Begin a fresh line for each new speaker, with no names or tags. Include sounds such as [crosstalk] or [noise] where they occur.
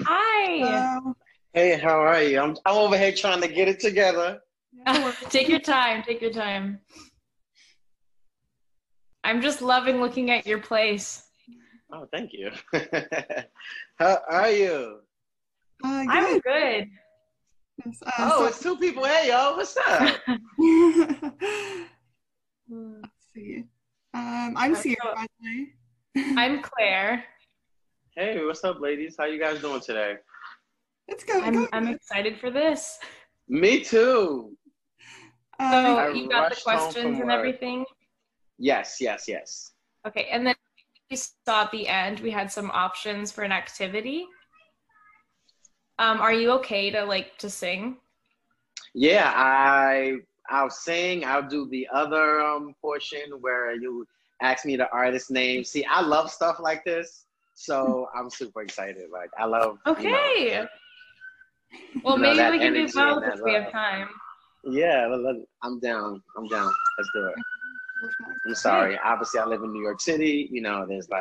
Hi.
Hello.
Hey, how are you? I'm, I'm over here trying to get it together.
[laughs] take your time. Take your time. I'm just loving looking at your place.
Oh, thank you. [laughs] how are you?
Uh,
I'm
good.
good.
Yes,
Oh,
uh,
it's two people. Hey, yo, what's up?
so-
Mm.
[laughs] Let's see. Um, I'm
Okay,
Sierra,
so-
by the way.
I'm Claire.
[laughs] hey, what's up, ladies? How you guys doing today?
It's good.
I'm,
good.
I'm excited for this.
Me too.
Uh,
So
I
you got the
rushed home from
questions and
work.
everything.
Yes, yes, yes.
Okay, and then we saw at the end we had some options for an activity. Um, are you okay to like to sing?
Yeah, I I'll sing. I'll do the other um, portion where you ask me the artist name. See, I love stuff like this, so I'm super excited. Like I love. you know,
Okay. well,
You know,
maybe
that
we can do
energy
both
and that
if we have
love.
time.
yeah, I love it. I'm
Um,
down. I'm down. Let's do it. I'm sorry. Obviously, I live in New York City. You know, there's like.